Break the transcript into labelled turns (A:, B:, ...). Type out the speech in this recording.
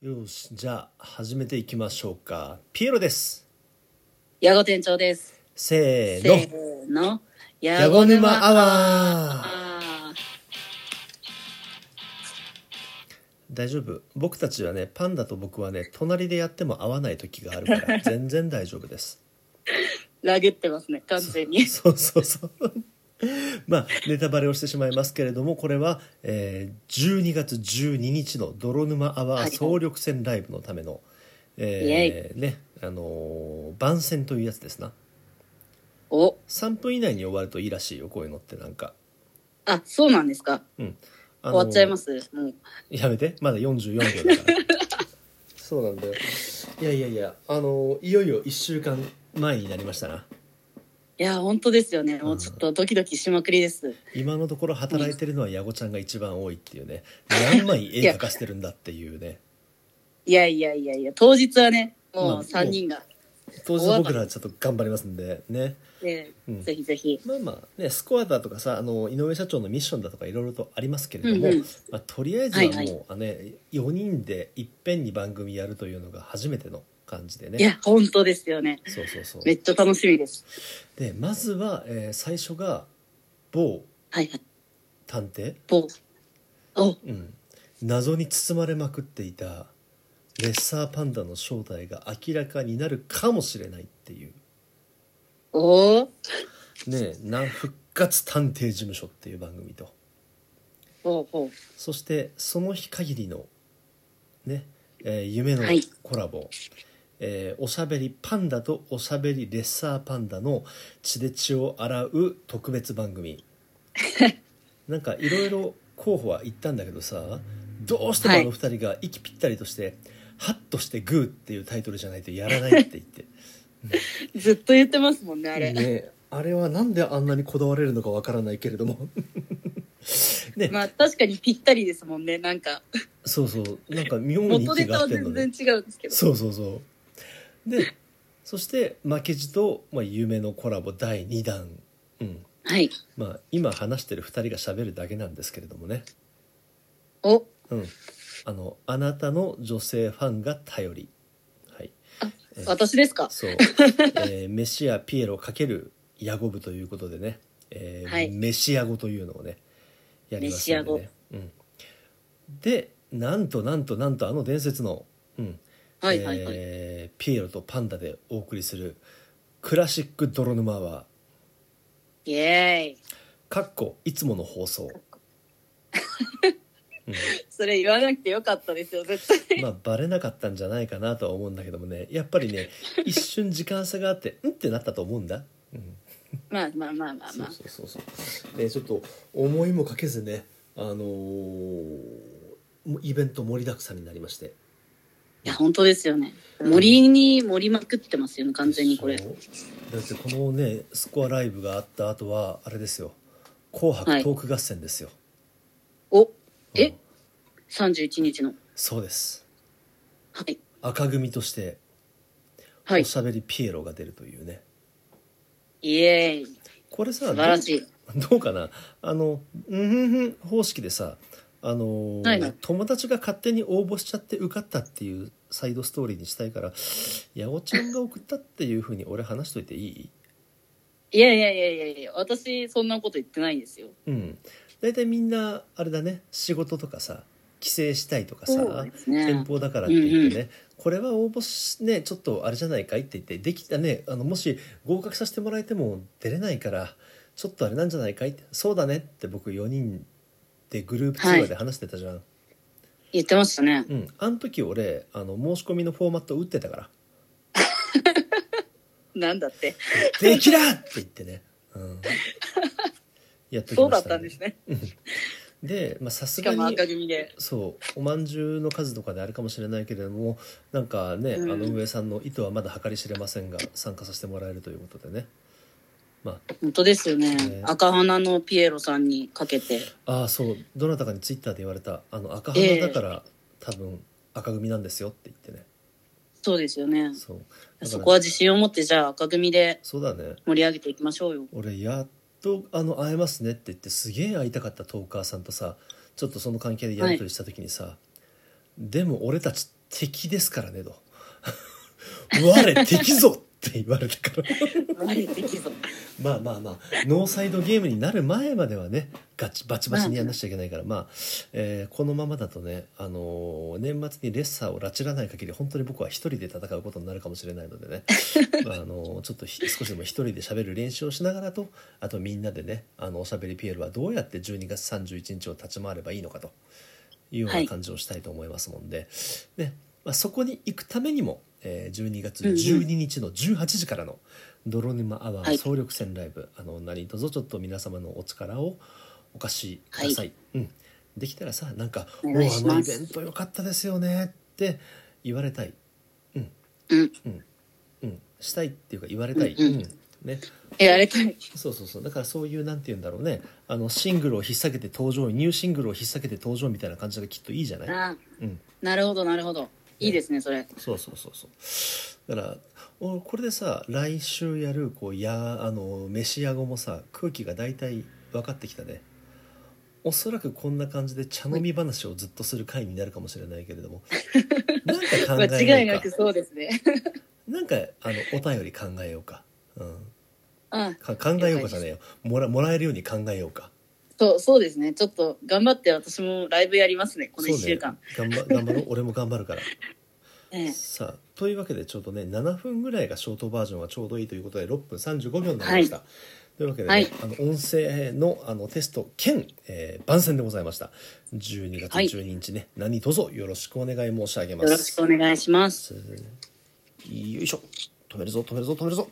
A: よしじゃあ始めていきましょうかピエロです
B: ヤゴ店長です。
A: せ
B: せ
A: ーの
B: ーの。
A: ヤ
B: ヤ
A: ゴ
B: ゴ
A: 沼
B: 沼
A: ア
B: ア
A: ワー
B: ワー。
A: 大丈夫僕たちはねパンダと僕はね隣でやっても合わない時があるから 全然大丈夫です
B: ラグってますね、完全に。
A: そうそうそう まあネタバレをしてしまいますけれどもこれは、えー12月12日の泥沼アワ
B: は
A: ー
B: い
A: 総力戦ライブのための、えーねあのー番宣というやつですな
B: お、
A: 3分以内に終わるといいらしいよこういうのってなんか
B: あ、そうなんですか。
A: あ
B: 終
A: のー
B: わっちゃいます。もう。
A: やめてまだ44秒だから そうなんだよいやいやいやあのいよいよ1週間前になりましたない
B: や、本当ですよね。もうちょっとドキドキしまくりです。
A: 今のところ働いてるのはヤゴちゃんが一番多いっていうね何枚絵描かしてるんだっていうね
B: いやいやいやいや、当日はね、
A: ま
B: も
A: あ
B: う三人が。
A: 当時の僕らはちょっと頑張りますんでね
B: ね
A: うん
B: ぜひぜひ。
A: まあまあねスコアだとかさあの井上社長のミッションだとかいろいろとありますけれども、
B: うんうん
A: まあ、とりあえずはもう、
B: はいはい
A: あね、4人でいっぺんに番組やるというのが初めての感じでね
B: いや、本当ですよね。
A: そうそうそう
B: めっちゃ楽しみです。
A: でまずは、えー最初が某
B: はいはい。
A: 探偵、
B: ぼお、
A: うん、謎に包まれまくっていたレッサーパンダの正体が明らかになるかもしれないっていう
B: おー
A: ねえな復活探偵事務所っていう番組と
B: ほうほう。
A: そしてその日限りのね、えー夢の
B: はい
A: コラボ、えーおしゃべりパンダとおしゃべりレッサーパンダの血で血を洗う特別番 組なんかいろいろ候補は言ったんだけどさどうしてもあの二人が息ぴったりとして「ハッとしてグー」っていうタイトルじゃないとやらないって言って
B: ずっと言ってますもんね、 あ
A: あれ,、
B: れ。
A: ね、あれはなんであんなにこだわれるのかわからないけれどもね、
B: まあ、確かにぴったりですもんね。なんか、
A: そうそうなんか妙に
B: 元
A: 息
B: ネタ
A: が合
B: は
A: ってんの
B: 全
A: ね
B: 然違うんですけど。
A: そうそうそうでそして負けじと、まあ、夢のコラボ第2弾、うん
B: はい。
A: まあ、今話してる2人が喋るだけなんですけれどもね、
B: お、
A: うん、あのあなたの女性ファンが頼り、はい、え
B: 私ですか
A: そう、えーメシアピエロ×ヤゴ部ということでね、えー
B: はい
A: メシヤゴというのをねやりましたんでね、うん、でなんとなんとなんとあの伝説の、うん
B: はいはいはい。
A: えーピエロとパンダでお送りするクラシック泥沼は
B: イエーイ。
A: かっこいつもの放 送、う
B: それ言わなくてよかったですよ、絶対。
A: ん、まあバレなかったんじゃないかなとは思うんだけどもねやっぱり ね一瞬時間差があってうんってなったと思うんだ、うん、
B: まあまあまあまあまあ。
A: そうそうそうそうねちょっと思いもかけずねあのーもイベント盛りだくさんになりまして
B: いや、本当ですよね。森に盛りまくってますよね、完全にこれ
A: そ。うだってこのねスコアライブがあった後はあれですよ「紅白トーク合戦」ですよ、
B: お、
A: う
B: え
A: ん
B: ?31 日の。
A: そうです
B: はい。
A: 赤組として
B: はい
A: お。しゃべりピエロが出るというね、
B: イエーイ。
A: これさ
B: 素晴らしい。
A: どうどうかなあのうんふんふん方式でさあのー
B: はいはい
A: 友達が勝手に応募しちゃって受かったっていうサイドストーリーにしたいから八尾ちゃんが送ったっていうふうに俺話しといていい
B: いやいやいやいやいや、私そんなこと言ってないですよ。
A: うん大体みんなあれだね仕事とかさ帰省したいとかさ
B: そうです
A: 遠
B: ね。
A: 方だからって言ってね、
B: うんう
A: これは応募しねちょっとあれじゃないかいって言ってできたねあのもし合格させてもらえても出れないからちょっとあれなんじゃないかいってそうだねって僕4人でグループツアーで話してたじゃん、
B: 言ってましたね。
A: うんあの時俺あの申し込みのフォーマット打ってたから
B: なんだって。
A: 「できら!」って言ってね、 うん、やっとき
B: そう
A: ま
B: だ
A: し
B: ったた
A: ん
B: ん
A: で
B: ですね。
A: でまあさす
B: し
A: が
B: かも
A: に
B: 赤組で。
A: そうおまんじゅうの数とかであるかもしれないけれどもなんかね、
B: うん
A: あの上さんの意図はまだ計り知れませんが参加させてもらえるということでねま
B: 本当ですよね
A: ね。
B: 赤鼻のピエロさんにかけて。
A: ああーそうどなたかにツイッターで言われた「あの赤鼻だから、多分赤組なんですよ」って言ってね
B: そうですよね。
A: そうだ
B: そ
A: か
B: こ
A: ら
B: は自信を持って、じゃあ赤組で
A: そうだね
B: 盛り上げていきましょうよ。
A: 俺やっとあの会えますねって言ってすげえ会いたかったトーカーさんとさちょっとその関係でやり取りした時にさ、でも俺たち敵ですからね」と 「我敵ぞ!」って言われたから
B: 割れてきそう。
A: まあまあまあノーサイドゲームになる前まではねガチバチバチにやんなきゃいけないから、まあえーこのままだとね、あのー年末にレッサーを拉致らない限り本当に僕は一人で戦うことになるかもしれないのでね、まああのーちょっとひ少しでも一人で喋る練習をしながらとあとみんなでねあのおしゃべりピエールはどうやって12月31日を立ち回ればいいのかというよう
B: は
A: ない感じをしたいと思いますもんで、ねまあ、そこに行くためにも、えー12月12日の18時からの「泥沼アワ
B: は
A: ー
B: い
A: 総力戦ライブ」あの何卒ちょっと皆様のお力をお貸しください。
B: は
A: うん、できたらさなんか「
B: お
A: お
B: 願い
A: おあ
B: し
A: の
B: ま
A: イ
B: す
A: ベント良かったですよね」って言われたい、
B: うん。
A: うん、したいっていうか言われたい、
B: うんうん
A: ね、
B: やられたい。
A: そうそうそうだからそういうなんて言うんだろうねあのシングルを引っ提げて登場ニューシングルを引っ提げて登場みたいな感じがきっといいじゃない、
B: あ
A: うん、
B: なるほど、なるほど。いいですね、それ。
A: そうそうそうそうだからおこれでさ来週やるこうやあの飯屋後もさ空気が大体分かってきたねおそらくこんな感じで茶飲み話をずっとする回になるかもしれないけれどもなんか考えようか
B: 間違いなくそうですね。
A: なんかあのお便り考えようか,、うん、
B: あ
A: か考えようかじゃねえよもらもらえるように考えようか
B: そう、そうですね。ちょっと頑張って私もライブやりますね、この1週間。
A: そうね、頑張頑張ろう俺も頑張るから
B: ええ
A: さあというわけでちょうどね7分ぐらいがショートバージョンはちょうどいいということで6分35秒になりました、というわけで、ね
B: はい
A: あの音声のあのテスト兼、えー番宣でございました12月
B: はい
A: 12日ね、何卒よろしくお願い申し上げま
B: よろし
A: す
B: くお願いします。
A: よいしょ止めるぞ止めるぞ止めるぞ